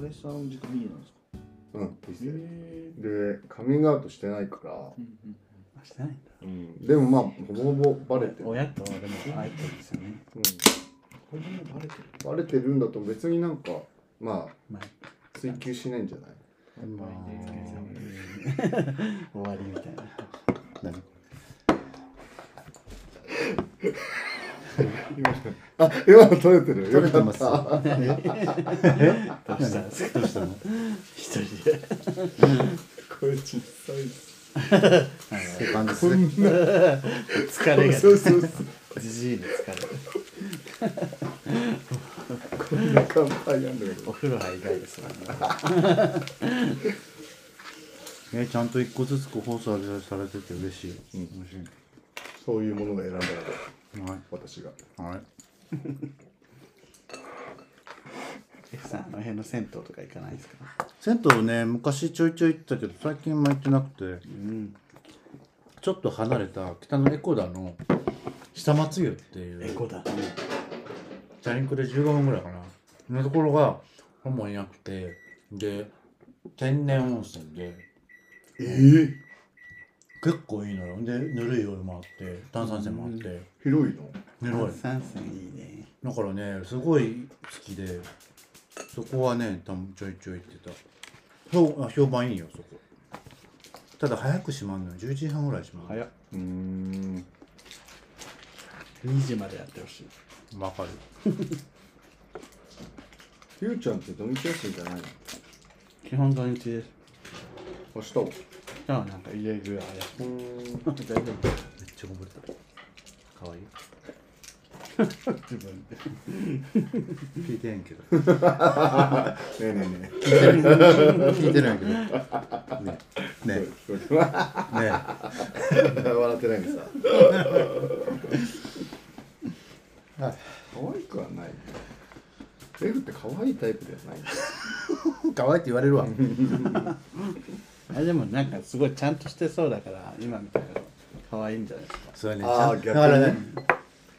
彼氏さんの時間いいなんですかうんいいっすねえでカミングアウトしてないから、うんうんあしてないんだうん、でもまあほぼほぼバレてる、うん、親とでも会えてるんですよねこれもバレてるバレてるんだと別になんかままああ追求しないんじゃないまあ終わりみたいな。何こあ 今の取れてるれ。取れてよまかっす。どたうしたんですか。どうしたの。一人で。これ小さい ですセカンドス。疲れそうが。そうそうじじいの疲れ。こんな乾杯なんだけおど風呂入りたいですもんね。えちゃんと一個ずつ個包装されてて嬉しい。面白そういうものが選ばれたい。はい。私がはい。F さん、あの辺の銭湯とか行かないですか。銭湯ね昔ちょいちょい行ってたけど最近も行ってなくてうん。ちょっと離れた北のエコダの下松湯っていエうコだ。チャリンコで15分ぐらいかなのところがほぼいなくてで天然温泉でええ結構いいのよでぬるいお湯もあって炭酸泉もあって広いのぬるい三千いいね。だからねすごい好きでそこはね多分ちょいちょい行ってた評あ評判いいよそこただ早く閉まるのよ11時半ぐらい閉まる早っ。うん二時までやってほしい。わかるゆうちゃんって土日休みじゃないの基本土日です。明日はじゃあなんかイレギュラーや。うん大丈夫めっちゃこぼれたかわいい自分 で。聞いてないけどね えねえね聞いてないけどねえねそうそう笑ね ってないのさはい可愛くはないレフって可愛いタイプではないかわいいって言われるわあでもなんかすごいちゃんとしてそうだから今みたいなの可愛いんじゃないですか。それねあーちゃんだからね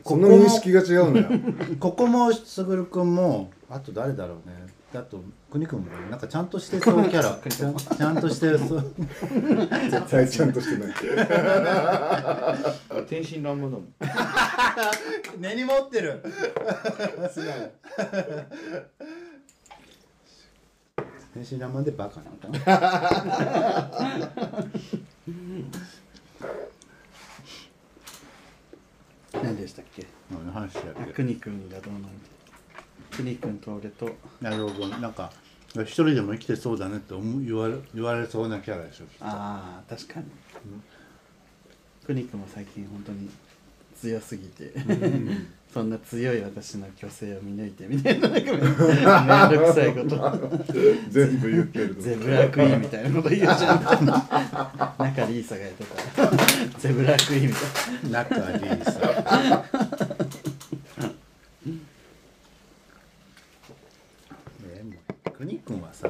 この認識が違うのよここもすぐるくんもあと誰だろうねあとくにくんもなんかちゃんとしてそうキャ ラちゃんちゃんとしてそう絶対ちゃんとしてない天真爛漫だもん根に持ってる天真爛漫でバカなんだ何でしたっけ。何の話やあっくけにくんがどうなる。くにくんと俺と。なるほどなんか一人でも生きてそうだねって思う言われ言われそうなキャラでしょああ確かに。くにくんも最近本当に強すぎて。 そんな強い私の虚勢を見抜いてみたいななんかめめんどくさいこと 全部言ってるとゼブラクイーンみたいなこと言うじゃん中リーサがやってたゼブラクイーンみたいな仲いいさねもうくにくんはさ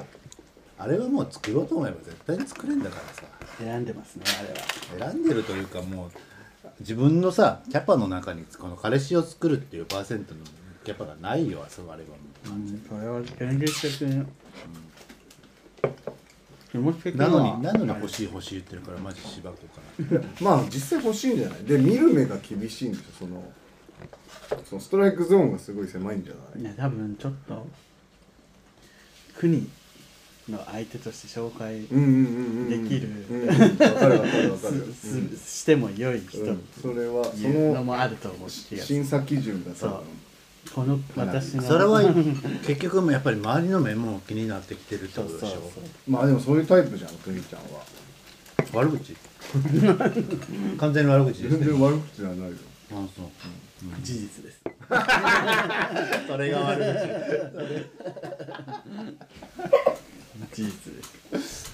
あれはもう作ろうと思えば絶対に作れんだからさ選んでますねあれは選んでるというかもう自分のさキャパの中にこの彼氏を作るっていうパーセントのキャパがないよあそこあれはもううんこれは現実的に気持ち的なのにななのに欲しい欲しい言ってるからマジ芝子かなまあ実際欲しいんじゃないで見る目が厳しいんですよそのそのストライクゾーンがすごい狭いんじゃないいや多分ちょっと国の相手として紹介うんうんうんうんできるうんわかるわかるわかるすすしても良いうんう人っんそれはてそいうののもあると思う気がする審査基準が多そう分この私のそれは結局もやっぱり周りの目も気になってきてるってそこうとそうでしそょうまあでもそういうタイプじゃんくにちゃんは悪口完全に悪口で全すね然悪口じゃないよあそう事実ですそれが悪口事実 です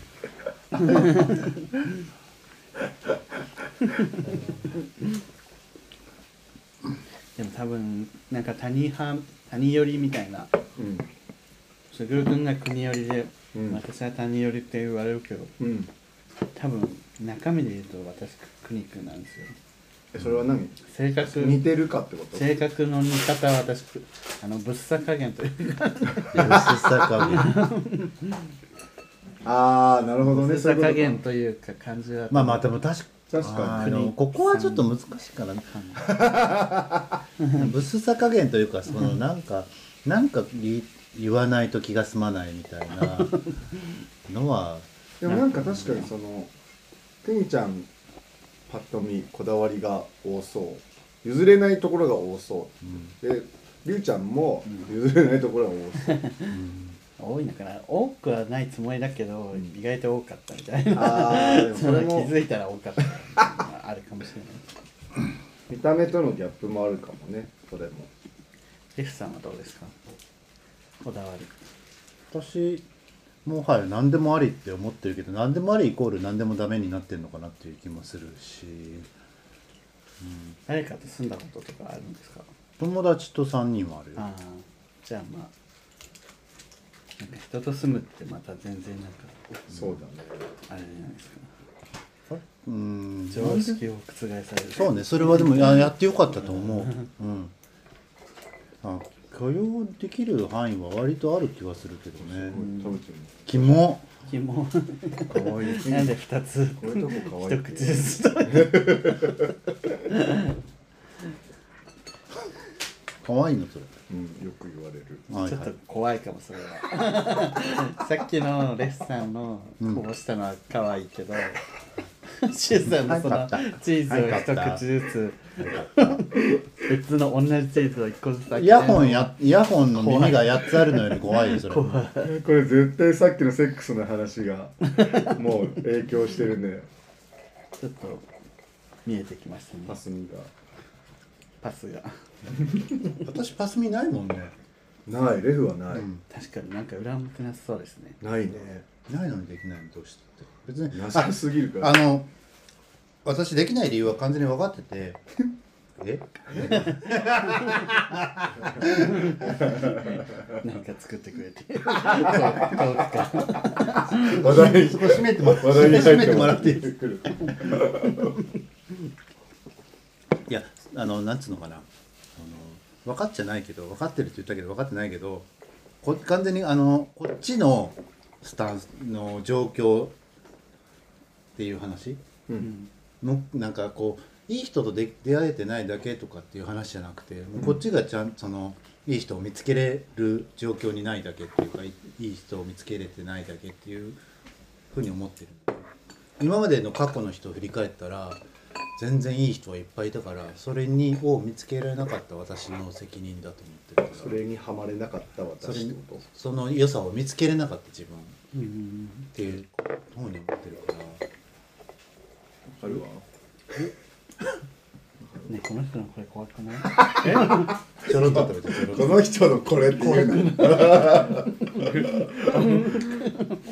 でも多分なんか他人派他人寄りみたいなうん卓君が国寄りで、うん私は他人寄りって言われるけどうん多分中身で言うと私国君なんですよえそれは何性格似てるかってこと性格の似方は私あのぶっさ加減というか薄さ加減ああなるほどぶねっそういさ加うことか減というか感じはまあまあでも確か確あかーでもここはちょっと難しいからねあの ブスさ加減というかそのなんかなんか言い言わないと気が済まないみたい なのはにでもなんか確かにそのくにちゃんパッと見こだわりが多そう譲れないところが多そうんうでりゅうちゃんも譲れないところが多 そううん多いのかな多くはないつもりだけど、意外と多かったみたいなああでもそそれれ気もづいたら多かったみたいなあるかもしれない見た目とのギャップもあるかもねそれもレフさんはどうですかこだわり私もはや何でもありって思ってるけど何でもありイコール何でもダメになってるのかなっていう気もするし誰かと住んだこととかあるんですか友達と3人はあるよああじゃあまあなんか人と住むってまた全然なんかそうだねあれじゃないですかうん常識を覆されるそうねそれはでもややってよかったと思ううんあ許容できる範囲は割とある気はするけどね食べてるキモ気もかわいいなんで2つこういうとこかわい一い口ずつ食べてかわいいのそれうん、よく言われるはいちょっはとい怖いかもそれはさっきのレスさんのうんこぼしたのは可愛いけど、シュウさんのそはのい買チーズをはい買った一口ずつ別の同じチーズを一個ずつ開けてイヤホンやイヤホンの耳が8つあるのより 怖いよそ れこれ絶対さっきのセックスの話が もう影響してるねちょっと見えてきましたねパスミがパスが私パスミないもんねないレフはない、うん確かになんか裏向きなさそうですねないねないのにできないのどうしてって別になあさすぎるからあの私できない理由は完全に分かってて えなんか作ってくれて遠くから話題そこ閉めてもら話題に閉入っめててももららっってていいいいいやあのなんつうのかなあの分かっちゃないけど分かってるって言ったけど分かってないけどこ完全にあのこっちのスタンスの状況っていう話うんのなんかこういい人とで出会えてないだけとかっていう話じゃなくて、もうこっちがちゃんそのいい人を見つけれる状況にないだけっていうかいいい人を見つけれてないだけっていうふうに思ってる今までの過去の人を振り返ったら全然いい人はいっぱいいたからそれにを見つけられなかった私の責任だと思ってるそかられにはまれなかったそれ私ってことその良さを見つけれなかった自分っうんていうふうに思ってるから。あるわねこの人のこれ怖くないちょろっと食べてちょろっとこの人のこれっていうの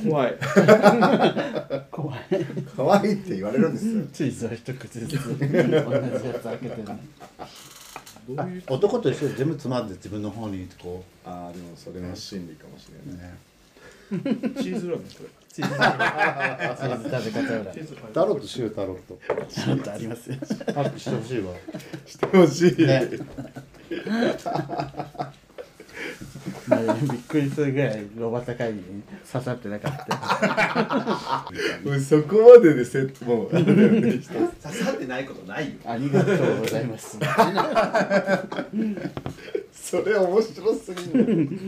怖い怖い可愛いって言われるんですよチーズを一口ずつ同じやつ開けてるのあ男と一緒で全部つまんで自分の方にこああでもそれは心理かもしれう、ない、ね、チーズラーメンこチーズチーズ食べ方れチー裏ズタロットしようタロットちょっとありますよアップしてほしいわしてほしい、ねまあびっくりするぐらいロバタ会議に刺さってなかったもうそこまででセットもうあれだよね刺さってないことないよありがとうございますそれ面白すぎる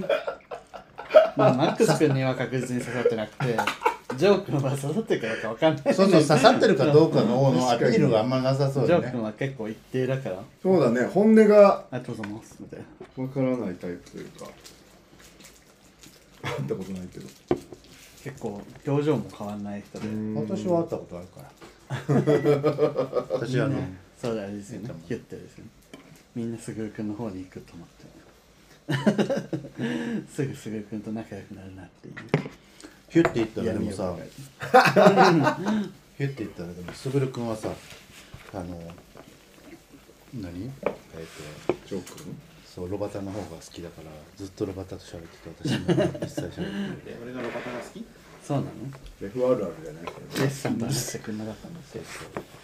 まあマックス君には確実に刺さってなくてジョー君は刺さってるからかわかんないそうそう刺さってるかどうかののアピールがあんまなさそうジョだーね君は結構一定だからそうだね本音がありがとうございますみたいなわからないタイプというか 会ったことないけど結構表情も変わんない人で私は会ったことあるから私あのそうだあれですよねヒュッてですねみんなすぐるくんの方に行くと思って すぐすぐるくんと仲良くなるなっていうヒュッて言ったらでもさヒュッて言ったらでもすぐるくんはさあの何えっ、とジョー君そうロバタの方が好きだからずっとロバタと喋ってて私も一切喋ってない俺がロバタが好きそうなの F あるあるじゃないけどレッスン出してくれなかったのそう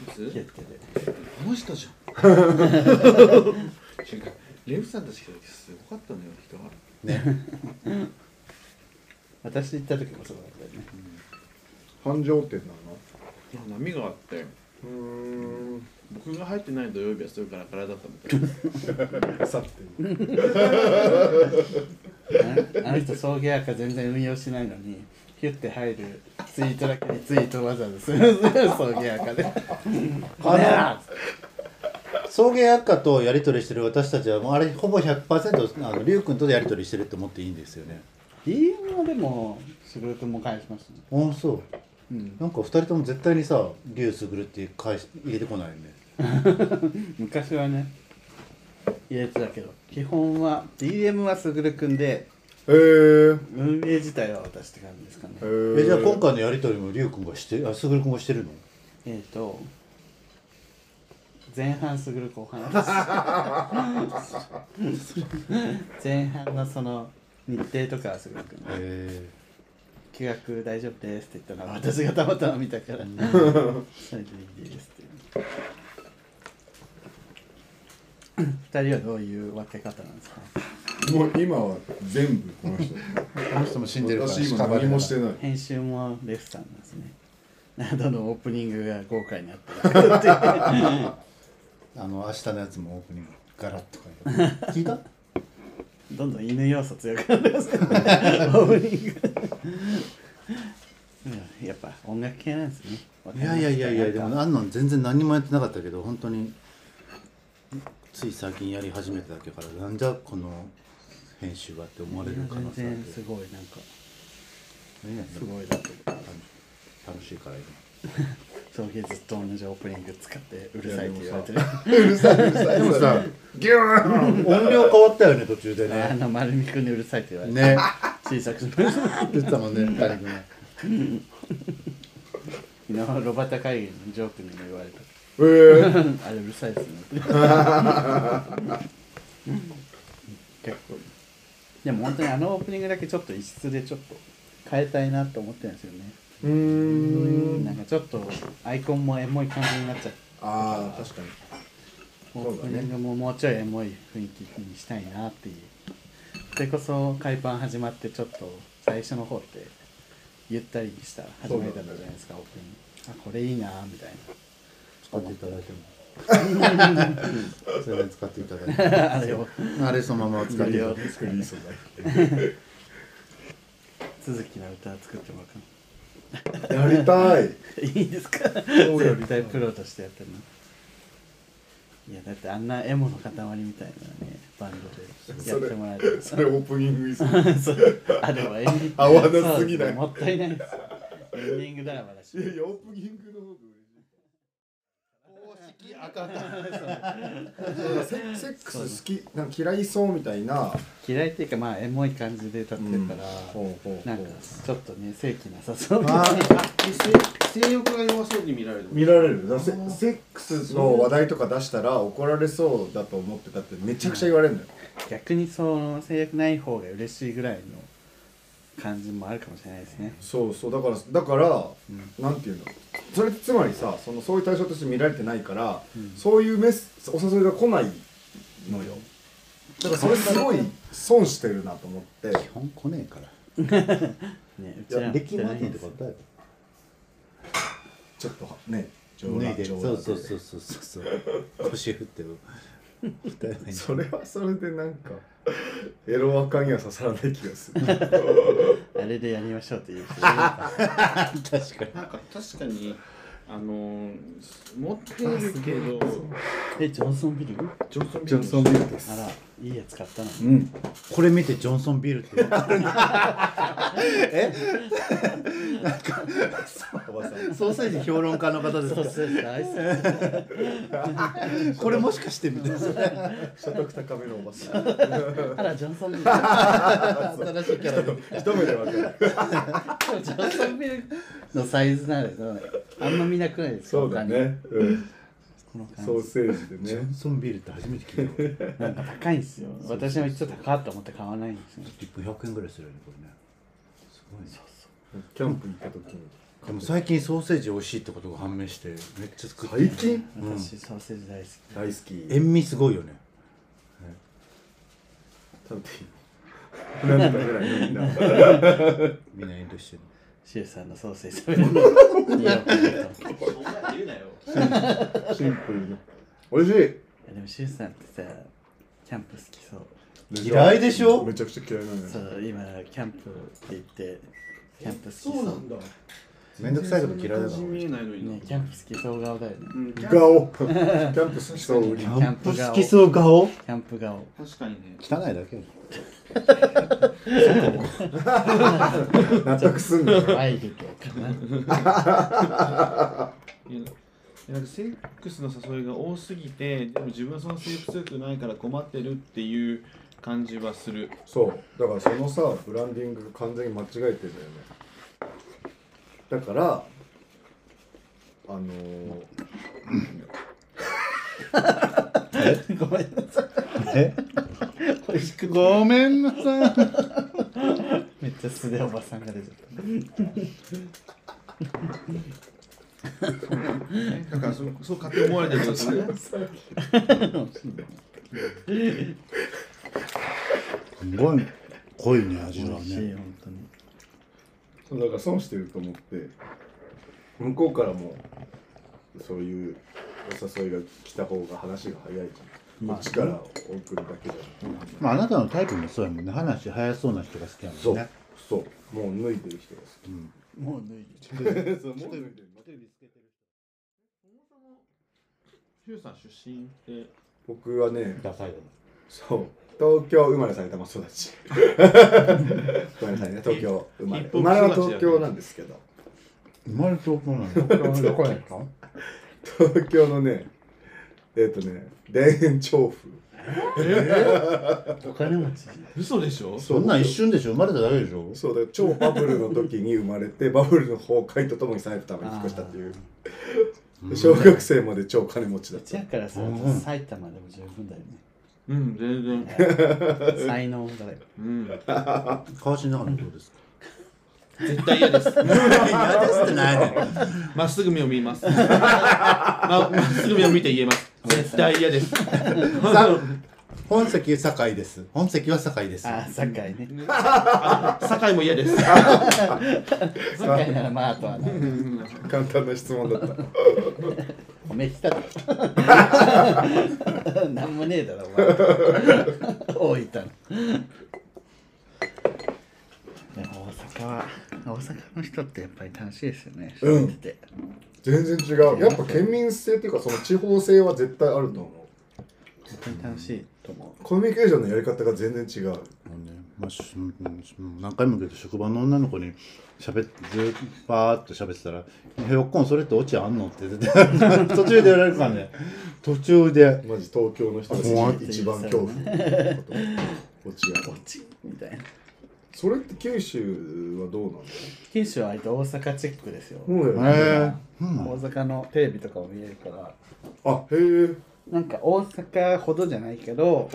そう気をつけてあの人じゃん 違うレフさんたち来た時すごかったのよ人がね私行った時もそうだったよね繁盛店なの波があってうーん僕が入ってない土曜日はそれからからだったみたいなさってああの人送迎赤全然運用しないのにヒュッて入るツイートだけにツイートわざわざする 送迎赤でこれだ送迎悪化とやり取りしてる私たちはもうあれほぼ100%あのリュウ君とでやり取りしてると思っていいんですよね DM はでも卓君も返しましたねああそううんなんか2人とも絶対にさ「リュウスグル」って返し入れてこないよね昔はね入れてたけど基本は DM は卓君でえー、運営自体は私って感じですかねええー、じゃあ今回のやり取りもリュウ君がしてあスグル君がしてるのえっ、と前半すぐる後半です前半のその日程とかはすぐるくんがえ企画大丈夫ですって言ったのは私がたまたま見たからそれでいいですっていう2人はどういう分け方なんですかもう今は全部この人 あの人も死んでるから私今何もして ない編集もレフさんなんですねどのオープニングが豪華になっていくっていうあの明日のやつもオープニングガラッと変えた 聞いたどんどん犬要素強くな ってますねオープニングうんやっぱ音楽系なんですねいやいやいやいやでもあんなん全然何もやってなかったけど本当につい最近やり始めただけからなんじゃこの編集はって思われる可能全性ある然すごいなんかけどねすごいだと楽しいから今そういうずっと同じオープニング使ってうるさいって言われてるでもさ、ギューン音量変わったよね、途中であね。の丸見くんにうるさいって言われてね。小さくし ました言ってたもんね、二人組。昨日ロバタ会議のジョー君にも言われたえー、あれうるさいですね結構でも本当にあのオープニングだけちょっと異質でちょっと変えたいなと思ってるんですよねうーんなんかちょっとアイコンもエモい感じになっちゃうああ確かにオープニングももうちょいエモい雰囲気にしたいなっていうそれこそ海パン始まってちょっと最初の方ってゆったりした始まりだったじゃないですか、オープニングあこれいいなみたい使っていただいても。それで使っていただいなあれをて。あれそのまま使っていただいて。作りそう続きの歌作ってもらおうかなだやりたいいいですかそうよ絶対プロとしてやってるのいやだってあんなエモの塊みたいなねバンドでやってもらえたらそれオープニングいいっすねそうあでもエンディング合わなすぎないそうもったいないですエンディングドラマだしいやいやオープニングの方が嬉しいセッセックス好きなんか嫌いそうみたいな嫌いっていうかまあエモい感じで歌ってるから、ほうほうなんかちょっとね正気なさそうみたいなあ性性欲が弱そうに見られる見られるだセセックスの話題とか出したら怒られそうだと思ってたってめちゃくちゃ言われるのよ、逆にその制約ない方が嬉しいぐらいの感じもあるかもしれないですねそうそうだからだから、なんていうのそれってつまりさそのそういう対象として見られてないから、そういうメスお誘いが来ないのよだからそれすごい損してるなと思って基本来ねえから。ねうじゃあ、もレッキーマーティンとか歌えちょっとねば。脱いで。冗そうそううそうそうそう。腰振 って。歌えないんだ。それはそれでなんかエロアカには刺さらない気がするあれでやりましょうって いう人確かに。なんか確かにあのー、持ってるけどえジョンソンビルあジョンソンビジョンソンビールですらいいやつ買ったのうんこれ見てジョンソンビー ルっておばさんソーセージ評論家の方ですそうそう大好きこれもしかしてみたい な所得高めのおばさんあらジョンソンビルで新しいキャラで一目でわかるもジョンソンビルのサイズならあんま見なくないですかそうだね、う他ん、にこのソ感ーセージジでョねンソンビールって初めて聞いた俺じなんか高いんですよ私も一応高いと思って買わないんですよ1 0円ぐらいするよねこれねすごいねキャンプ行った時にでも最近ソーセージ美味しいってことが判明してめっちゃ作ってる最近うん私ソーセージ大好き大好き塩味すごいよね食べていい何だぐらいのみんなみんな遠慮してるシュウさんのソーセージ食べるのいやいやそんなん言うなよ。シンプルに美味しいでもシュウさんってさキャンプ好きそう嫌いでしょめちゃくちゃ嫌いなのよそう今キャンプって言ってキャンプ好きそうなんだめんどくさいこと嫌いだから全然そんな感じ見えないのになねキャンプ好きそう顔だよねうんキャンプ顔キャンプ好きそう売りキャャンンププ好好ききそそう顔キャンプ顔確かにね汚いだけよ納得すんのよアイルとかないやなんかセックスの誘いが多すぎてでも自分はその性欲強くないから困ってるっていう感じはするそうだからそのさブランディング完全に間違えてんだよねだからあのー、ごめんなさいえごめんなさいめっちゃ素でおばさんが出てるねだからそそう勝手に思われてるんですねすごい濃いね味美は味しいね本当にそうだから損してると思って向こうからもそういうお誘いが来た方が話が早いじゃんこっちから送るだけじゃんまああなたのタイプもそうやもんね話早そうな人が好きやそもんうねそうもう脱いでる人が好きもう脱いで そうもう脱いでるヒューさん出身って僕はねダサいよそう東京生まれ埼玉育ちごめんなさいね東京生まれヒップ生ホップ育ちだまれねは東京なんですけど生まれておこないどこやった東京のねえっ、とね田園調布お金持ち嘘でしょそんなん一瞬でしょ生まれただけでしょそうだよ超バブルの時に生まれて バブルの崩壊とともに埼玉に引っ越したっていうで小学生まで超金持ちだっ一た夜からさうん埼玉でも十分だよねうん全然才能だようん川島の中のどうですか 絶対嫌です嫌ですってないねまっすぐ目を見 ますままっすぐ目を見て言えます絶対嫌です さ本籍堺です本籍は堺ですああ堺ね酒井も嫌です堺ならまああとはな簡単な質問だったおめえ来ただろなんもねえだろお前大分のでも大阪は大阪の人ってやっぱり楽しいですよねうん喋ってて全然違 うやっぱ県民性っていうかその地方性は絶対あると思う本当に楽しいと思コミュニケーションのやり方が全然違うもうねまあしうんうん何回も言うけど職場の女の子にしゃべずーバーっと喋ってたら「ひょっこんそれってオチあんの?」って言 ってて途中でやられるからね途中でマジ東京の人たち怖がい一番恐怖なこと落ちう合こ うっちみたいなそれって九州はどうなの九州は割と大阪チェックですよ、そう「へだよねえ大阪のテレビとかも見えるからあへえなんか大阪ほどじゃないけど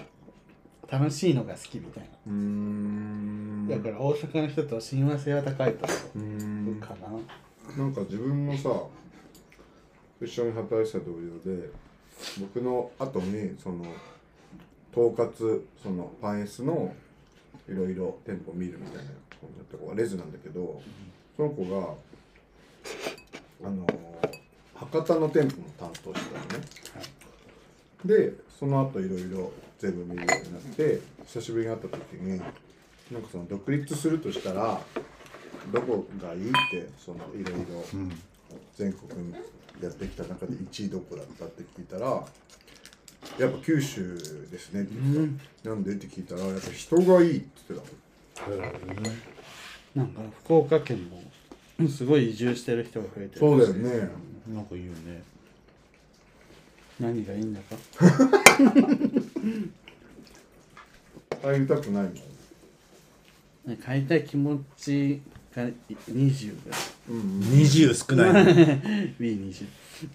楽しいのが好きみたいなうんだから大阪の人と親和性は高いと思うかな、なんか自分もさ一緒に働いてた同僚で僕の後にその統括そのパンエスのいろいろ店舗見るみたいな子になった子がレズなんだけどその子があの博多の店舗も担当してたのね、でその後いろいろ全部見るようになって久しぶりに会った時になんかその独立するとしたらどこがいいってそのいろいろ全国やってきた中で1位どこだったって聞いたらやっぱ九州ですねって言った、なんでって聞いたらやっぱ人がいいって言ってなんか福岡県もすごい移住してる人が増えてたるそうだよねなんか言うね何がいいんだか入りたくないもん買いたい気持ちがい20ぐらい20少ないね B20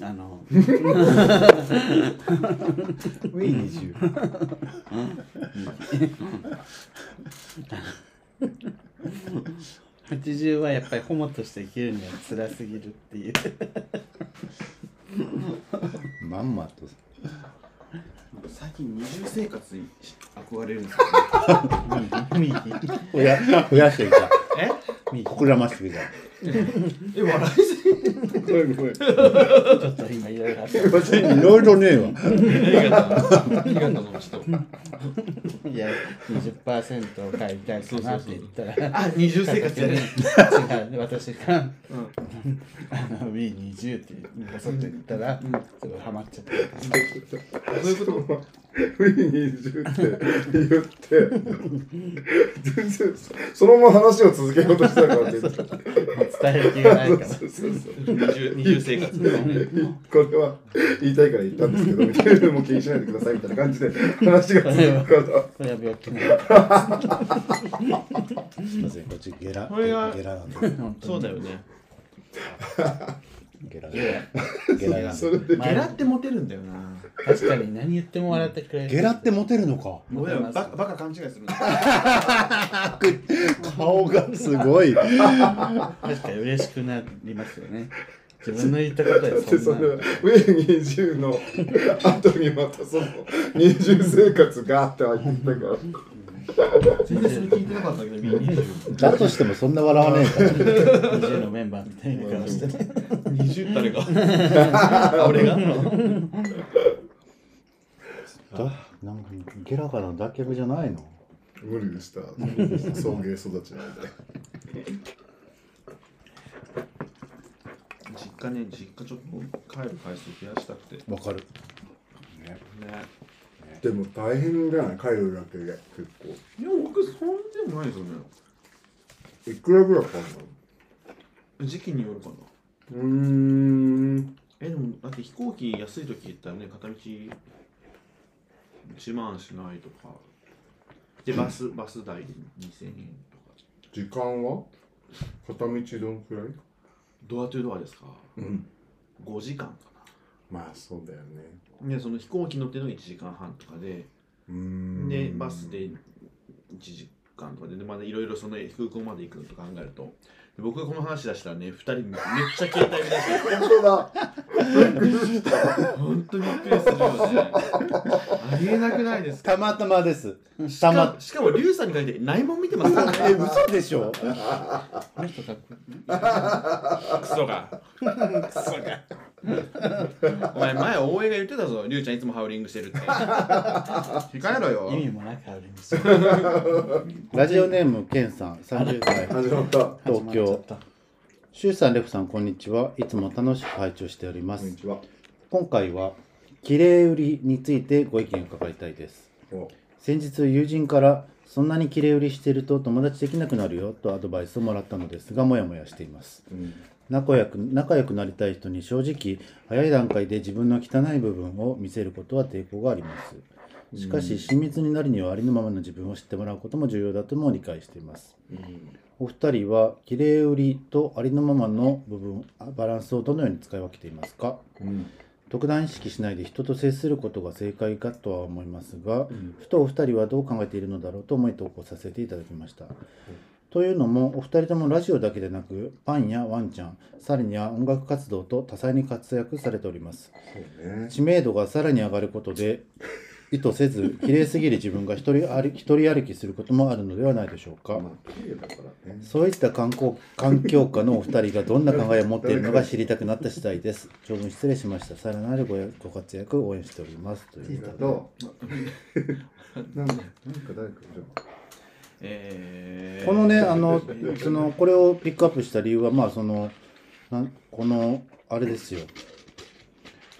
あの20 80はやっぱりホモとして生きるには辛すぎるっていうまんまと最近二重生活に憧れるんですよ、ね、ミー増や増やしてきたえミー膨らましてきたえ笑ごめんごめんちょっと今いろいろあっていろいろねえわいすぎありがとうありがとうの人いや20%を買いたいかなって言ったらあ二重生活や違ねう私がうんあの B20 ってボソッと言ったら、すごいハマっちゃったそういうことフリー20って言って全然そのまま話を続けようとしたからって言ってたもう伝える気がないからそうそうそう二重二重生活これは言いたいから言ったんですけどみたいなもう気にしないでくださいみたいな感じで話が続くかそられは病気なすいませんこっちゲラこれがゲラなんでそうだよねゲラゲラなんでそれでゲラってモテるんだよな確かに何言っても笑ってくれるゲラってモテるのか俺らバカバカ勘違いするんだよ顔がすごい確かに嬉しくなりますよ ね自分の言ったことだでってそそんれなはウェイ20の 後にまたその二重生活があって入ってきたから全然それ聞いてなかったけど B20 だとしてもそんな笑わねえから20のメンバーみたいな顔してね20誰が 俺がだなんかゲラからの脱却じゃないの無理で した送迎育ちなんで実家ね実家ちょっと帰る回数増やしたくてねわかる、ね、でも大変じゃない帰るだけで結構でも僕そんでもないですよねいくらぐらいかかる時期によるかなのうーんえでもだって飛行機安い時行ったらね片道1万しないとかでバス、バス代で2000円とか時間は片道どんくらいドアトゥドアですかうん5時間かまあそうだよねなでその飛行機乗っての1時間半とかでうーんでバスで1時間とかででまだいろいろその空港まで行くのと考えるとで僕がこの話出したらね2人めっちゃ携帯見出して本当だ本当にびっくりするよねありえなくないですかたまたまですしたかましかもリュウさんに書いてないもん見てますからねえ嘘でしょもっとかっこいいクソがクソがお前前大江が言ってたぞリュウちゃんいつもハウリングしてるって控えろよ意味もなくあるんですよラジオネームケンさん30代始まったこ東始まっ京ちゃったシュウさんレフさんこんにちはいつも楽しく拝聴しております、んにちは今回は綺麗売りについてご意見伺いたいですお先日友人からそんなに綺麗売りしてると友達できなくなるよとアドバイスをもらったのですがモヤモヤしていますうん仲良く仲良くなりたい人に正直早い段階で自分の汚い部分を見せることは抵抗がありますしかし親密になるにはありのままの自分を知ってもらうことも重要だとも理解していますうんお二人は綺麗売りとありのままの部分あバランスをどのように使い分けていますかうん特段意識しないで人と接することが正解かとは思いますが、ふとお二人はどう考えているのだろうと思い投稿させていただきました。というのもお二人ともラジオだけでなくパンやワンちゃんさらには音楽活動と多彩に活躍されておりますそうね知名度がさらに上がることで意図せず綺麗すぎる自分が一人歩き一人歩きすることもあるのではないでしょうか、まあ綺麗だからねそういった観光環境下のお二人がどんな考えを持っているのか知りたくなった次第です。長文失礼しました。さらなるごご活躍を応援しております。とあいりうが とうなんなんか誰かじゃあえーこのね、あの、その、これをピックアップした理由は、まあ、その、なんこの、あれですよ。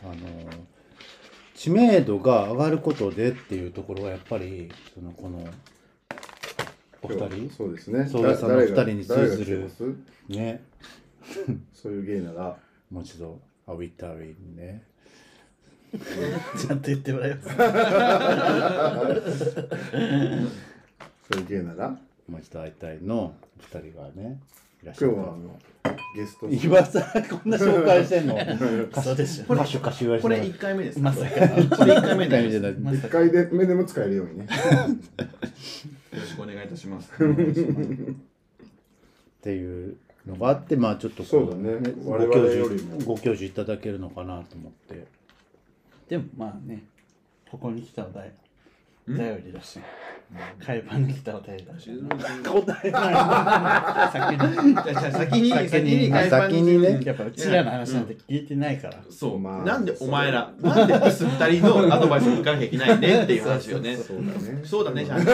あの、知名度が上がることでっていうところは、やっぱり、その、この、お二人そうですねそうですだあの誰が二人に通ず誰が来るてますね、そういう芸ならもう一度、アウィタウィンね。ちゃんと言ってもらいますそういう芸ならもう一度会いたいの二人がね、いらっしゃ今日るとはあのゲストに今さこんな紹介してん のそうでしょ歌手歌手言われこてれない1回目ですまさかこれ1回目でじゃよないま一さか回で目でも使えるようにねろしくお願いいたしますっていうのがあって、まあちょっとこそうだねご我々教よりも授ご教授いただけるのかなと思ってでもまあねここに来たお題頼りだし海パンに来たお便りだし答え じゃあ先に先先ににあ先にねやっぱうちらの話なんて聞いてないから、そう、まあなんでお前らなんでブス二人のアドバイスを受かなきゃいけないねっていう話よねそうだねそうだねじゃねえ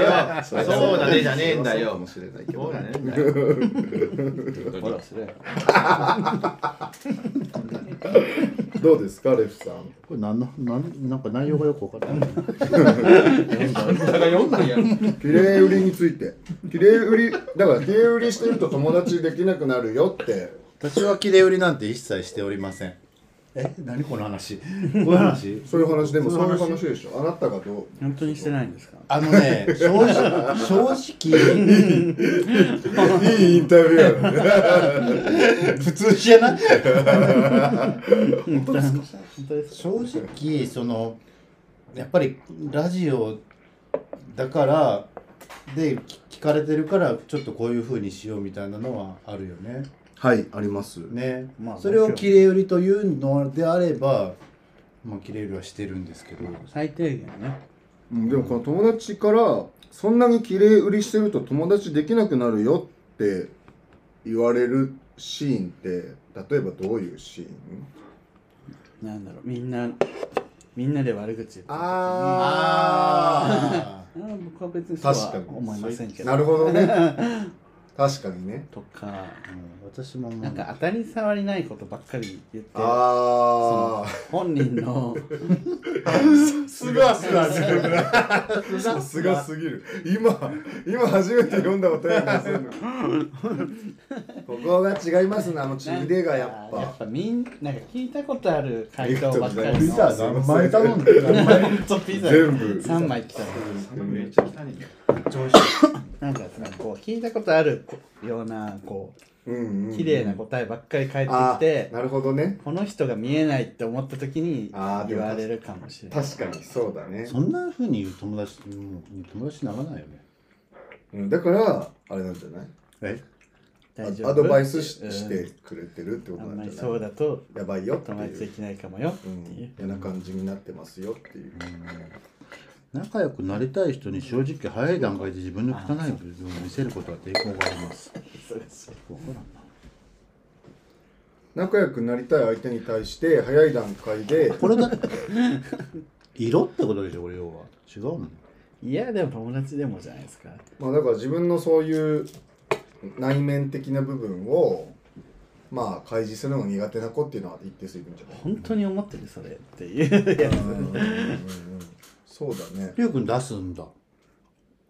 んだよそうだねじゃねえんだそうかよもしれないけどそうだねじゃねえんだよほらそれどうですかレフさんこれ何の何なんか内容がよく分からないお互い読んだんやろ綺麗売りについて綺麗売りだから綺麗売りしてると友達できなくなるよって 私は切れ売りなんて一切しておりませんえ何この話この話そういう話でも そうそいうういう話話でしょあなたがどう本当にしてないんですかあのね正直正直いいインタビューやね 普通じゃない本当ですか本当ですか正直そのやっぱりラジオだからで聞聞かれてるからちょっとこういう風にしようみたいなのはあるよね。はいありますね、まあそれを切れ売りというのであれば、まあ、切れ売りはしてるんですけど最低限ねうんでもこの友達からそんなに綺麗売りしてると友達できなくなるよって言われるシーンって例えばどういうシーンなんだろうみんなみんなで悪口言ってる時にああー僕は別にそう確かはに思いませんけどなるほど ね確かにねとかうん私ももうなんか当たり障りないことばっかり言ってあ本人 のあすがすがすぎるさすがすぎる今今初めて読んだお便りです るのここが違いますねあのちぎれがやっやぱっぱみんなんか聞いたことある回答ばっかりのピザ何枚頼んで何枚ほんとピザ全部3枚来たのめっちゃ汚いねなんかさこう聞いたことあるようなこうんうんううん綺麗な答えばっかり返ってあきてーなるほどねこの人が見えないって思った時にあーで言もわれるかもしれない確かにそうだねそんな風に言う友達もう友達にならないよね。うんだからあれなんじゃないえ大丈あ夫アドバイスしうんしてくれてるってことあんなまんりじゃそうないだとやばいよって友達いでうきないかもよってう、いうん嫌な感じになってますよっていう仲良くなりたい人に正直早い段階で自分の汚い部分を見せることは抵抗があります。忙しい仲良くなりたい相手に対して早い段階でこれだって色ってことでしょこれ要は違うの いやでも友達でもじゃないですかまあだから自分のそういう内面的な部分をまあ開示するのが苦手な子っていうのは一定数いるんじゃない本当に思ってるそれっていう やつうんうんうんうんそうだねりゅうくん出すんだ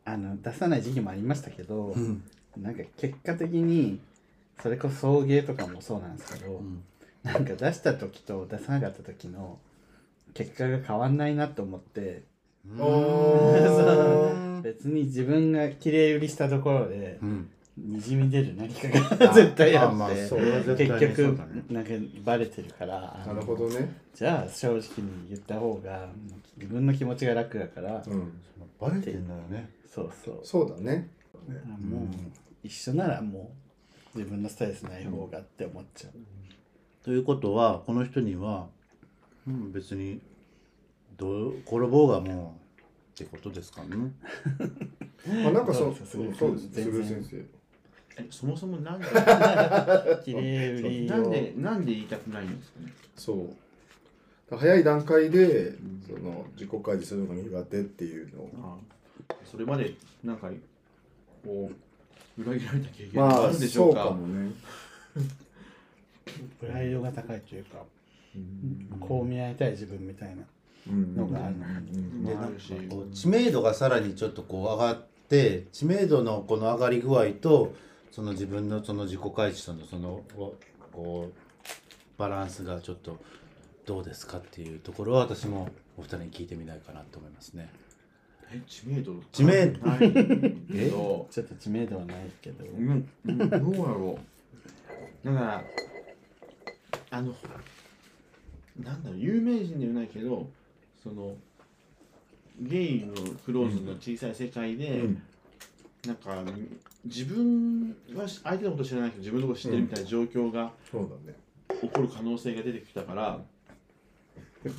あの出さない時期もありましたけど、なんか結果的にそれこそ送迎とかもそうなんですけど、んなんか出した時と出さなかった時の結果が変わんないなと思ってお 別に自分が綺麗売りしたところでうんにじみ出る何かが 絶対あってあまあそうれは絶対結に局そうだねなんかバレてるからなるほどね、じゃあ正直に言った方が自分の気持ちが楽だから、うん、バレてんだよねそうそうそうだねあもう一緒ならもう自分のスタイルない方がって思っちゃう、ということはこの人には、うん、別にどう転ぼうがもうってことですかねまあなんかそどううですかそうすそうぐです全鶴然先生えそもそもなんで綺麗売りをなんでなんで言いたくないんですかねそう早い段階でその自己開示するのが苦手っていうのをあそれまでなんかこう裏切られた経験まがああるんでしょそううか,、かもねプライドが高いというか、うんこう見られたい自分みたいなのがあるのかなでもなんあるかしこう知名度がさらにちょっとこう上がって知名度のこの上がり具合とその自分のその自己開示とのそのおこうバランスがちょっとどうですかっていうところは私もお二人に聞いてみたいかなと思いますね。え知名度知名度ないけどちょっと知名度はないけど、うん、うんどうやろうだからあのなんだろう有名人ではないけどそのゲイのクローズの小さい世界で、うんなんか自分はし相手のこと知らないけど自分のこと知ってるみたいな状況がそうだね起こる可能性が出てきたから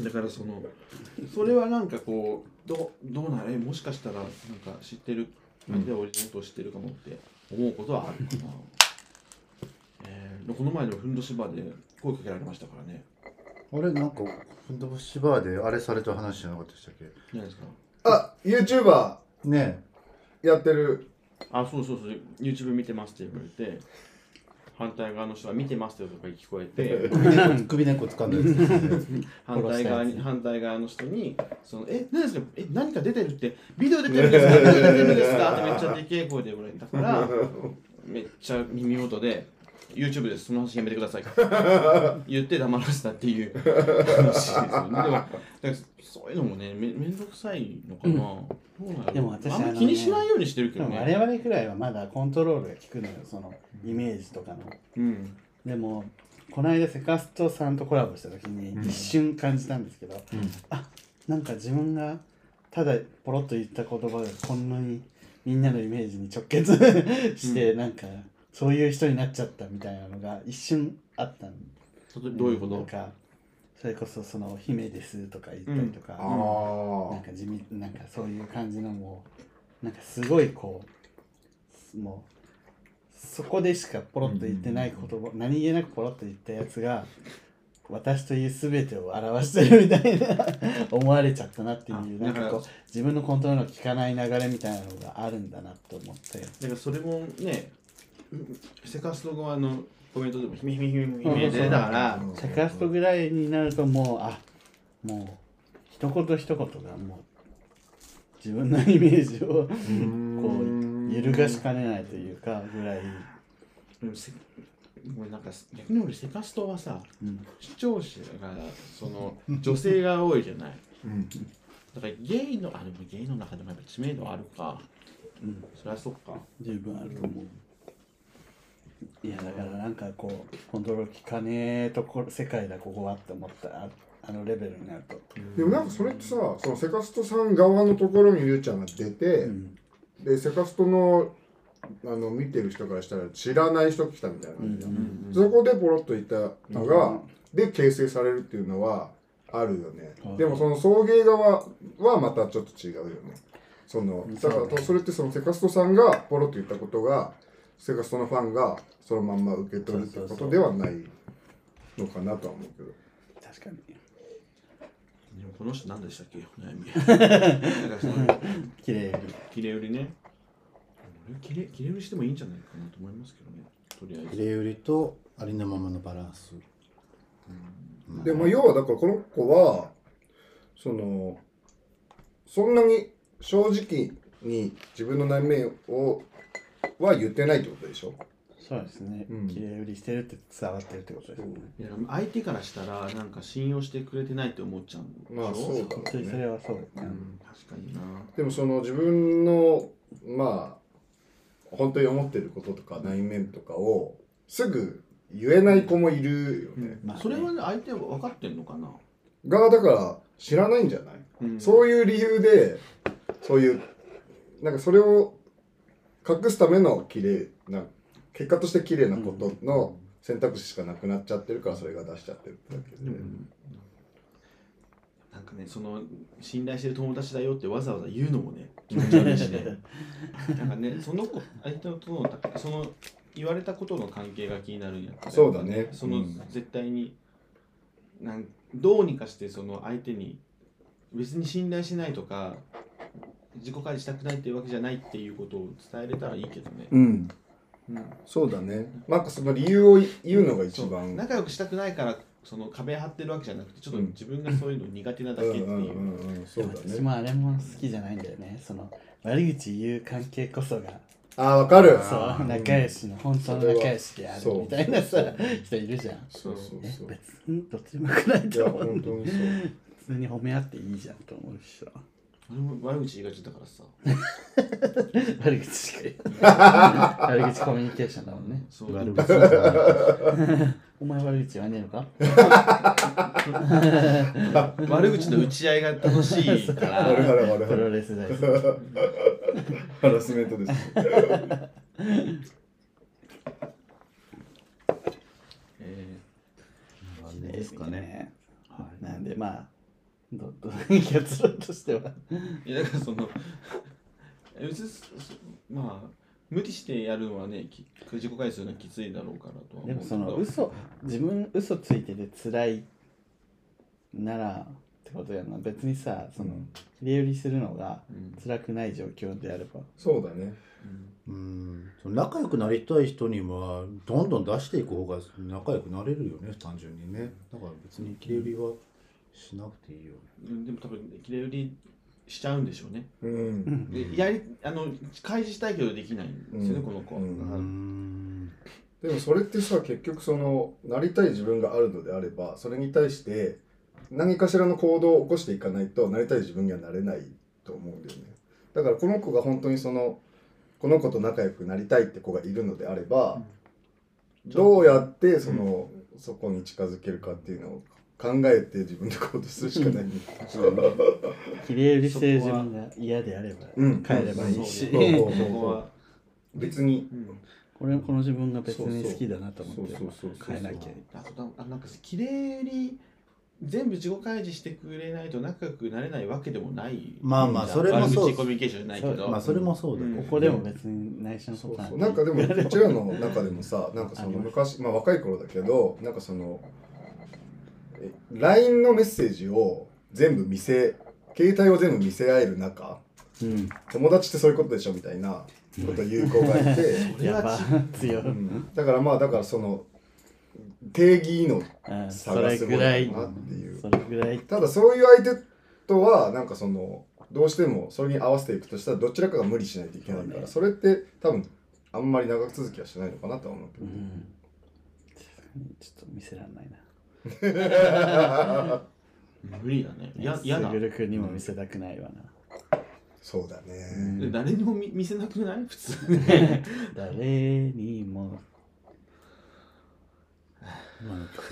だからそのそれはなんかこうどうどうなれもしかしたらなんか知ってる相手は俺のことを知ってるかもって思うことはあるかな、えーこの前のふんどしバーで声かけられましたからねあれなんかフンドボシバーであれされた話じゃなかったでしたっけじゃないですかあ YouTuber ねやってるあそうそうそう YouTube 見てますって言われて反対側の人は見てますよとか聞こえてえ首 根っこ首根っこ掴んだやつですよね反対側に反対側の人にそのえ何ですかえ何か出てるってビデオ出てるんですかビデオ出てるんですかってめっちゃでけえ声で言われ たからめっちゃ耳元で YouTube ですその話やめてください言って黙らせたっていう話ですよねでもだからそういうのもねめめんどくさいのかな、どうなんやろでも私あんあまのね気にしないようにしてるけでどもね我々くらいはまだコントロールが効くのよそのイメージとかのうんでもこの間セカストさんとコラボした時に一瞬感じたんですけど、あなんか自分がただポロッと言った言葉がこんなにみんなのイメージに直結して、なんかそういう人になっちゃったみたいなのが一瞬あったん例えばどういうこなんとかそれこそその「姫です」とか言ったりとか、ああなんか地味なんかそういう感じのもうなんかすごいこうもうそこでしかポロッと言ってない言葉、何気なくポロッと言ったやつが私という全てを表してるみたいな 思われちゃったなっていあうなんかだかこらう自分のコントロールの効かない流れみたいなのがあるんだなと思ってだからそれもね、セカスト側のコメントでもひめひめひめひめでだから、セカストぐらいになるともうあもう一言一言がもう自分のイメージをこう揺るがしかねないというかぐらい、でもせごめんなんか逆に俺セカストはさ、うん視聴者がそ の女性が多いじゃない。うんだからゲイのあでもゲイの中でもやっぱ知名度あるか。うん、そりゃそっか。十分あると思ういやだからなんかこうコントロール効かねえとこ世界だここはって思ったああのレベルになると、でもなんかそれってさそのセカストさん側のところにゆうちゃんが出て、うんでセカストのあの見てる人からしたら知らない人来たみたいな感じじゃん、そこでポロッと言ったのが、で形成されるっていうのはあるよね、はいでもその送迎側はまたちょっと違うよねそのだかそうだらそれってそのセカストさんがポロッと言ったことがセカストのファンがそのまんま受け取るってそうこそうそとうではないのかなとは思うけど確かにでもこの人何でしたっけお 悩み。なんかその綺麗よ切れ売りね。俺切れ切れ売りしてもいいんじゃないかなと思いますけどね。とりあえ入ず。れ売りとありのままのバラン スでも要はだからこの子はそのそんなに正直に自分の内面をは言ってないってことでしょそうですね、うん綺麗売りしてるって伝わってるってことですねいや相手からしたらなんか信用してくれてないって思っちゃうんでしょ。まあそうだ本当ろうにそれねはそうですね、確かにな。でもその自分のまあ本当に思ってることとか内面とかをすぐ言えない子もいるよね、まあねそれはね相手は分かってんのかな。がだから知らないんじゃない、うんそういう理由でそういうなんかそれを隠すための綺麗な結果として綺麗なことの選択肢しかなくなっちゃってるからそれが出しちゃってるってだけで、なんかねその信頼してる友達だよってわざわざ言うのもね気持ち悪い しね。なんかねその子相手のとのその言われたことの関係が気になるんやったらそうだねその、うん絶対になんどうにかしてその相手に別に信頼しないとか自己開示したくないっていうわけじゃないっていうことを伝えれたらいいけどね。うんうんそうだねなんかその理由を言うのが一そう番仲良くしたくないからその壁張ってるわけじゃなくてちょっとうん自分がそういうの苦手なだけっていう,、うんうんうんうんそうだ私ねもあれも好きじゃないんだよねその悪口言う関係こそがあーわかるそう仲良しの本当の仲良しであるみたいなそされはそう人いるじゃんそうそうえそう別にどっちもよくないいやと思う本当にそう普通に褒め合っていいじゃんと思うしさ俺も悪口言いがちだからさ悪口しか言えない悪口コミュニケーションだもんねそう悪口言うからお前悪口言わねえのか悪口の打ち合いが楽しいか あるあらるあるプロレス大好きハラスメントです。えあれですかね。はい、なんでまあどど結論としてはーいやだからその別にそそまあ無理してやるのはねき自己回数のはきついだろうからとはで思うもけそのど嘘自分嘘ついてて辛いならってことやな別にさその切り売りするのがうん辛くない状況であればそうだね。うんその仲良くなりたい人にはどんどん出していく方が仲良くなれるよね単純にねだから別に切れ売りはしなくていいよねうんでも多分切れ売りしちゃうんでしょうねうん。でやりあの開示したいけどできないんですうよね、んこの子は、うんうんでもそれってさ結局そのなりたい自分があるのであればそれに対して何かしらの行動を起こしていかないとなりたい自分にはなれないと思うんだよねだからこの子が本当にそのこの子と仲良くなりたいって子がいるのであれば、どうやってその、そこに近づけるかっていうのを考えて自分で行動するしかない、切り売りしてる自分が嫌であればうん帰ればいいし、そうそうそこは、別にうん俺はこの自分が別に好きだなと思ってそうそうそうそうそう変えなきゃいいあとあなんか綺麗に全部自己開示してくれないと仲良くなれないわけでもないまあまあそれもそう悪口コミュニケーションじゃないけど、まあそれもそうだうんけどここでも別に内緒のこそうとそうなんかでも言われうちらの中でもさなんかそありのます昔まあ若い頃だけどなんかそのえ LINE のメッセージを全部見せ携帯を全部見せ合える中うん友達ってそういうことでしょみたいなことを言う子がいて、 やば強い、うんだからまあだからその定義のうん、差そがれすぐごいらいなっていうそれぐらいただそういう相手とはなんかそのどうしてもそれに合わせていくとしたらどちらかが無理しないといけないからそれって多分あんまり長続きはしないのかなとは思うけう ど。んちょっと見せらんないな無理だねいや嫌だすぐるくんにも見せたくないわな、そうだね、で誰にも見見せなくない普通誰にも今の曲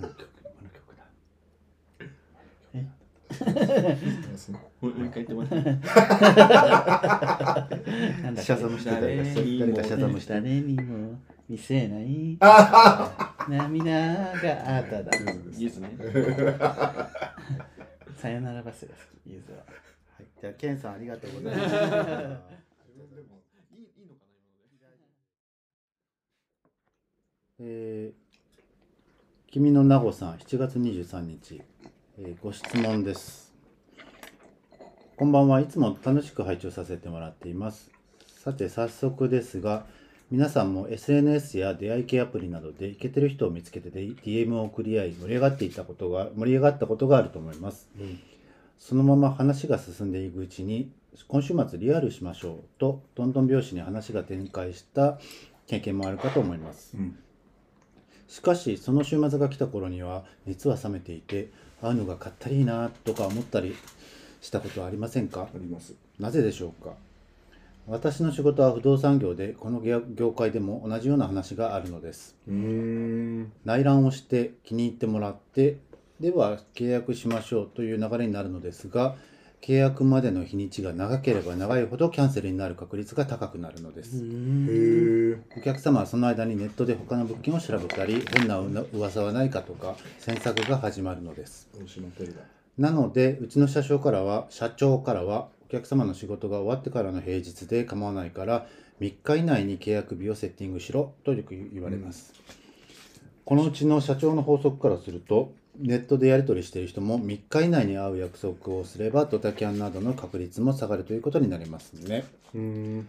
何今の曲今の曲だもう一回言ってもらってなんだっシけャザムしてたりとか誰かシャザムして誰にも見せない涙があっただイエスねさよならバスが好きゆずははいじゃあケンさんありがとうございましたいいいいのかな今のでえー君の名護さん7月23日、えーご質問ですこんばんはいつも楽しく拝聴させてもらっていますさて早速ですが皆さんも SNS や出会い系アプリなどでイケてる人を見つけて DM を送り合い盛り上がっていたことが盛り上がったことがあると思います、そのまま話が進んでいくうちに今週末リアルしましょうとどんどん拍子に話が展開した経験もあるかと思います、しかしその週末が来た頃には熱は冷めていて会うのがかったりいいなとか思ったりしたことはありませんかありますなぜでしょうか私の仕事は不動産業でこの業業界でも同じような話があるのですうん内覧をして気に入ってもらってでは契約しましょうという流れになるのですが契約までの日にちが長ければ長いほどキャンセルになる確率が高くなるのでへす、えお客様はその間にネットで他の物件を調べたり変な噂はないかとか詮索が始まるのです大島テルだなのでうちの社長からは社長からはお客様の仕事が終わってからの平日で構わないから3日以内に契約日をセッティングしろとよく言われます、このうちの社長の法則からするとネットでやり取りしている人も3日以内に会う約束をすればドタキャンなどの確率も下がるということになりますね、うん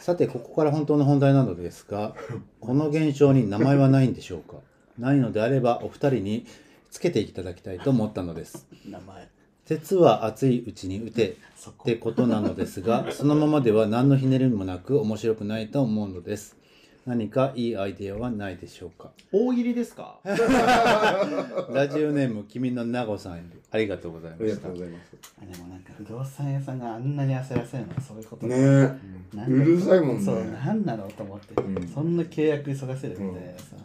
さてここから本当の本題なので すがこの現象に名前はないんでしょうかないのであればお二人につけていただきたいと思ったのです名前鉄は熱いうちに打てそこって ことなのですがそのままでは何のひねりもなく面白くないと思うのです何かいいアイデアはないでしょう か大喜利ですかラジオネーム君の名護さんよりありがとうございまりがしたとうございますあでもなんか不動産屋さんがあんなに焦らせるのはそういうことねだえなんうかるさいもんねそうなんなのと思って、んそんな契約急がせるみたいなさ、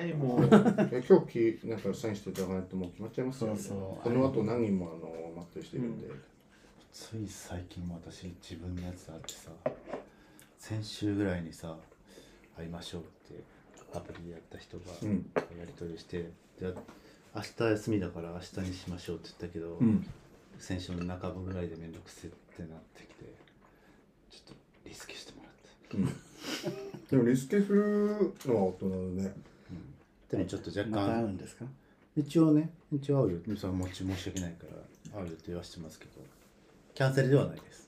嫌いもうえ今日きなんかサインしていただかないともう決まっちゃいますよねそうそうこの後何人もあの待ってる人いるんで、つい最近も私自分のやつあってさ先週ぐらいにさ会いましょうってアプリでやった人がうんやり取りして、で明日休みだから明日にしましょうって言ったけど、ん先週の中分ぐらいで面倒くせってなってきてちょっとリスケしてもらっでもリスケするのは大人だねたでもちょっと若また会う干んですか一応ね一応会うよそれはもち申し訳ないから会うよと言わせてますけどキャンセルではないです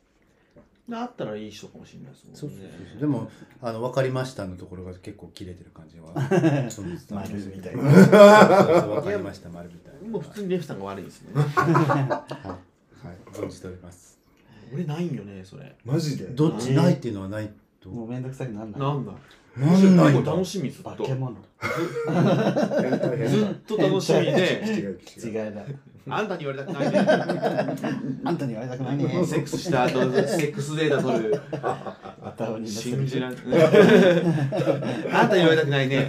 あったらいい人かもしれないですそもうんそうねそうそうでもあの分かりましたのところが結構切れてる感じは そうですそう丸みたいな分かりました丸みたいなもう普通にレフさんが悪いですねはい、はい、存じております俺ないんよねそれマジでどっちないっていうのはないともうめんどくさくなんないなんだなんない結ん構だ楽しみずっ化とけ物変態ず変っと楽しみ態 で違う違違いう だあんたに言われたくないねあんたに言われたくないね セックスした後セックスデータ取る頭に乗せ信る じらんあんたに言われたくないね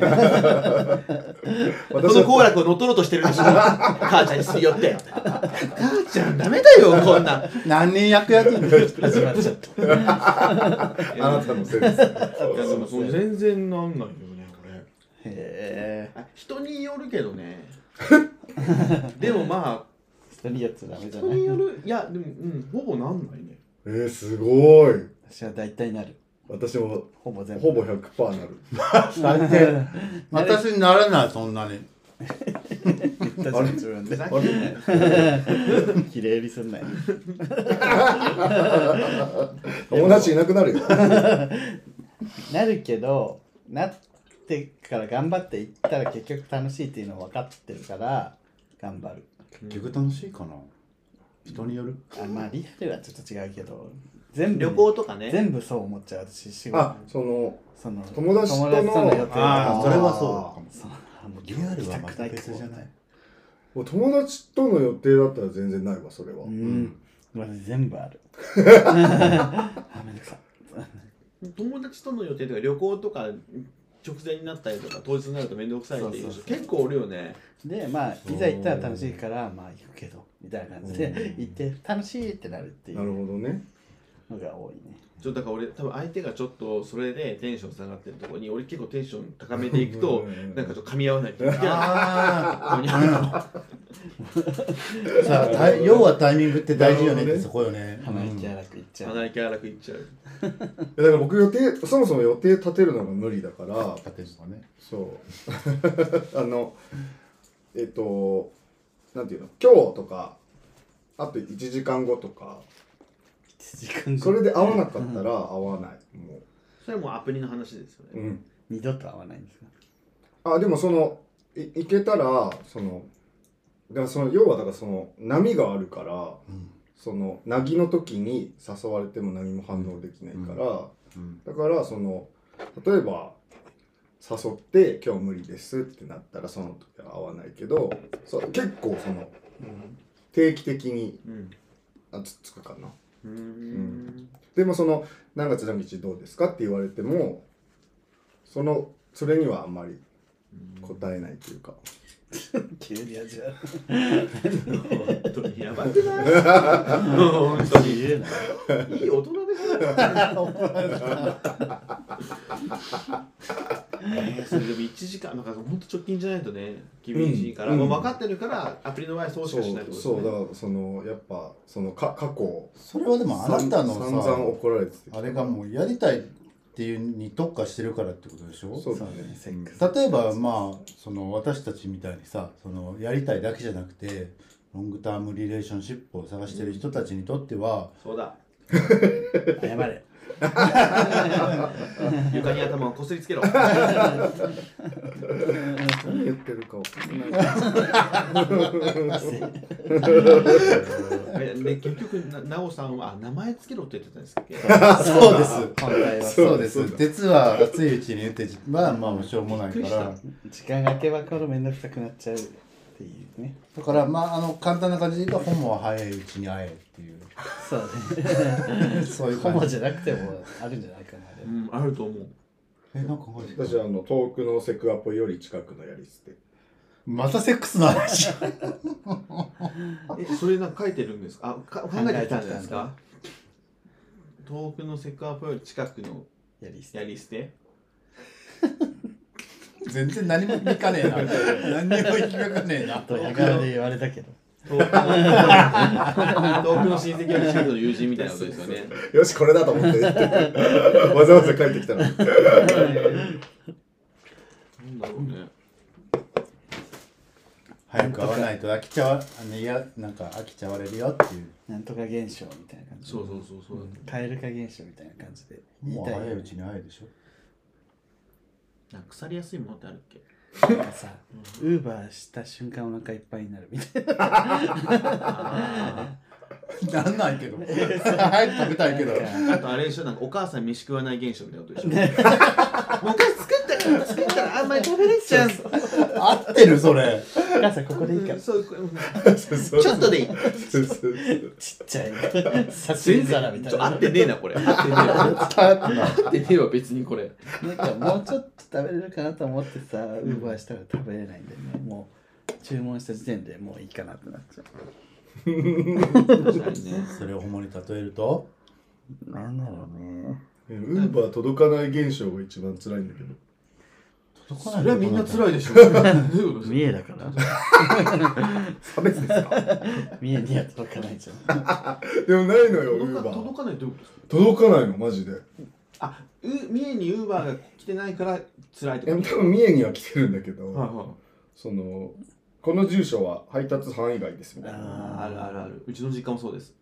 こ私のは好楽を乗っ取ろうとしてるんでしょ母ちゃんにすり寄って母ちゃんダメだよこんな何年役やってんの始まっちゃったあなたのせいです全然なんないよねこれへえあ人によるけどねで もまあ人にやっちゃダメじゃ人ないによるいやでも、うん、ほぼなんないねえー、すごい私は大体なる私もほぼ全部ほぼ100%なる最低私にならないそんなに確かに自分であ あれ 綺麗にすんない友達いなくなるよなるけどなってから頑張っていったら結局楽しいっていうの分かってるから頑張る結局楽しいかな人によるあまあリアルはちょっと違うけど全部旅行とかね全部そう思っちゃう私仕事あそのその友達と友の達との予定とあかあそれはそうかもそうあもうリアルはまた別じゃ行きたくないもう友達との予定だったら全然ないわそれは、うん、私全部ある。あ、めんどくさ。友達との予定とか旅行とか直前になったりとか当日になると面倒くさいっていうそうそ人うそう結構おるよねで、まあ、いざ行ったら楽しいから、まあ、行くけど、みたいな感じで、行って、楽しいってなるっていなるうほどねのが多いね。ちょっとだから俺多分相手がちょっとそれでテンション下がってるところに俺結構テンション高めていくとうんなんかちょっと噛み合わないってあここにあるのあさあたい要はタイミングって大事よねっなるほどてねそこよね鼻息荒く行っちゃう。鼻息荒くいっちゃうだから僕予定そもそも予定立てるのが無理だから立てるのねそう あのえっとなんていうの今日とかあと1時間後とか1時 間そ後。れで会わなかったら会わないもそれはもうアプリの話ですよう、ねうん、二度と会わないんですか。あでもそのい行けたらそのだからその要はだからその波があるからうんそのなぎの時に誘われても何も反応できないから、うんだからその例えば誘って「今日無理です」ってなったらその時は合わないけどそう結構その定期的にうんあつっつくかなうーんでもその「何月何日どうですか?」って言われてもそのそれにはあんまり答えないというか急に味わう。本当にやばくない 本当に言うな。いい大人でしょ えーそれでも1時間なんか本当直近じゃないとね厳しいから、うんもう分かってるからアプリの場合そうしかしないってことですねそうだからそのやっぱそのか過去それはでもあなたのさ散々怒られてあれがもうやりたいっていうに特化してるからってことでしょそうそだうねね、セックス。例えばまあその私たちみたいにさそのやりたいだけじゃなくてロングタームリレーションシップを探してる人たちにとっては、そうだ謝れ。 床に頭をこすりつけろ何言ってるかわかんないえで結局ななおさんはあ名前つけろって言ってたんですっ けそうです今回はそうです鉄は熱いうちに打ってじまあまあしょうもないびかっくりらし時間が空けば空めんどくさくなっちゃうっていうねだからまああの簡単な感じで言うとホモは早いうちに会えっていそうう そういうねホ感モじじゃなくてもあるんじゃないかなあれうんあると思うえなんか私はあの遠くのセクアポより近くのやり捨てまたセックスの話えそれなんか書いてるんですかあか考えてきたんじゃないですか遠くのセクアポより近くのやりすやり捨て全然何も響かねえな 何にも響かねえなとやがらで言われたけど遠くの 遠くの親戚より近くの友人みたいなことですよね よしこれだと思 ってわざわざ帰ってきたのになんだろうね早く会わないと飽きちゃわあのいやなんか飽きちゃわれるよっていうなんとか現象みたいな感じそうそうそうそう、蛙化現象みたいな感じで言もいうたい早よいうねちに会えるでしょなんか腐りやすいものってあるっけなんかさウーバーした瞬間お腹いっぱいになるみたいななんない けど早く食べたいけどあとあれでしょなんかお母さん飯食わない現象みたいなことでしょ、もうお母さん作ったから作ったらあんまり食べれちゃう合ってるそれお母さんここでいいかうらんちそううんそうそうちょっとでいいそうそうっちゃい刺身皿みたいちょ合なってねえなこれ合ってねえわ合ってねえわ別にこれなんかもうちょっと食べれるかなと思ってさ、ウーバーしたら食べれないんだよね。もう注文した時点でもういいかなってなっちゃ確かにねそれをホモに例えるとう。なんだろうね。ウーバー届かない現象が一番辛いんだけど 届かなそいれはみんな辛いでし ょ三重だから。差別ですか三重には届かないじゃん。でもないのよウ届ーかバ届ーかないってどういうことですか届かないのマジであう三重にウーバーが来てないから辛いってえ多こ分三重には来てるんだけど、とはいはいそのこの住所は配達範囲外ですみたいなあーあるあるあるうちの実家もそうです、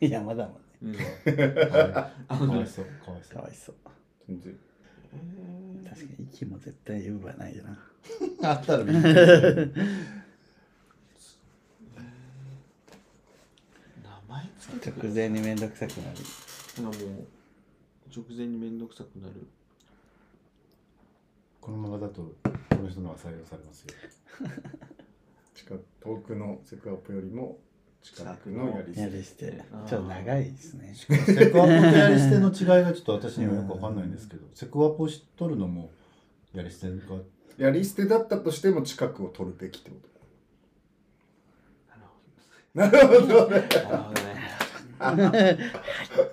山だもんね。うはん、いかわいそうかわいそかうわいそう。全然確かに息も絶対ウーバーないよな。あったらびっくりする名前つけてく直前にめんどくさくなる。るなんかもう直前に面倒くさくなるこのままだとこの人のは採用されますよ近く遠くのセクアップよりも近くのやりやすりしてあー。ちょっと長いですね。セクワポとやり捨ての違いがちょっと私にはよくわかんないんですけど、セクワポしとるのもやり捨てがやり捨てだったとしても近くを取るべきってことなるほどね。なるほどね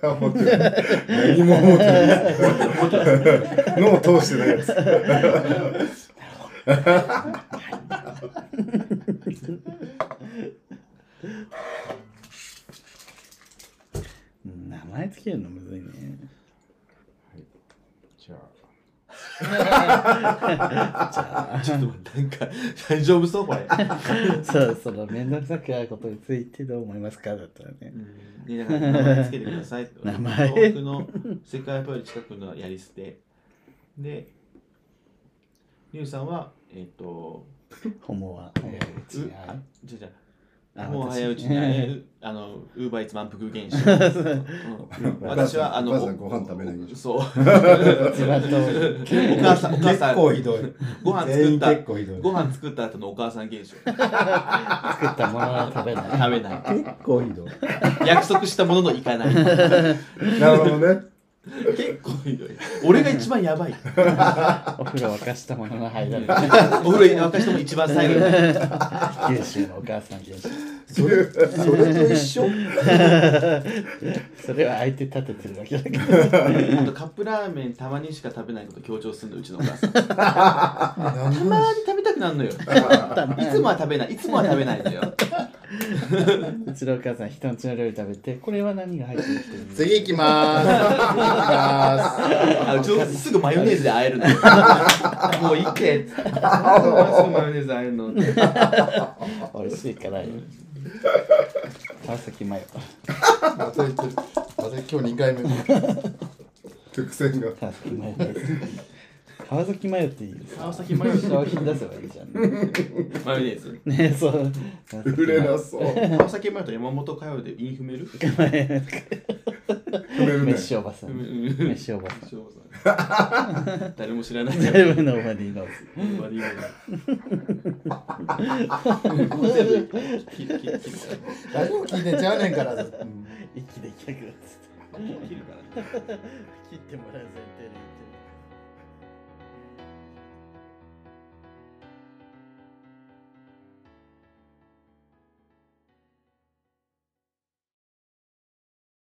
思ってない何も思ってない です。脳を通してないです。うん名前つけるのむずいね。じゃあ。ちょっと待ってなんか大丈夫そうこれ、 そう、そのめんどくさくなることについてどう思いますかだったらねう。ん、でだから名前つけてくださいって名前遠くの世界プール近くのやり捨てでリュウさんはえっ、とホモは早いうちに会う。じゃじあゃもう私早いうちにあ れあのウーバーイーツ満腹現 象、うん、私はあのお母さんご飯食べないでしょ そうお一番遠い母さんお母結さん構ひどいご飯全作っ員た結構ひどいご飯作った後のお母さん現象作ったものは食べない。食べない結構ひどい約束したものの行かない結なるほどね。構ひどい俺が一番やば いお風呂沸かしたものの入らない。 お風呂に沸かしても一番最後に九州のお母さん九州。それそれと一緒それは相手立ててるだけだから。あとカップラーメンたまにしか食べないこと強調するのうちのお母さん何たまに 食べたくなるのよいつもは食べないいつもは食べないのようちのお母さん人んちの料理食べて、これは何が入ってきてるの次行きまーす次行きまあうちのお母さんすぐマヨネーズで和えるのよもういいってすぐマヨネーズで和えるの美味しいからよ。川崎マヨ。ーすまた行ってるまた今日2回目曲線が。川崎マヨです。川崎マヨっていうさ川崎マヨ商品出せばいいじゃんねマヨネーズねそう売れなそう踏川崎マヨと山本佳代でインフメルめるメねッシおばさんメッシおばさんそうそう誰も知らないか誰らもノーバディーノーズ悪い大丈ね夫聞いてちゃうねんから、うん息できなくなっちゃった切るから切ってもらう前提で言ってる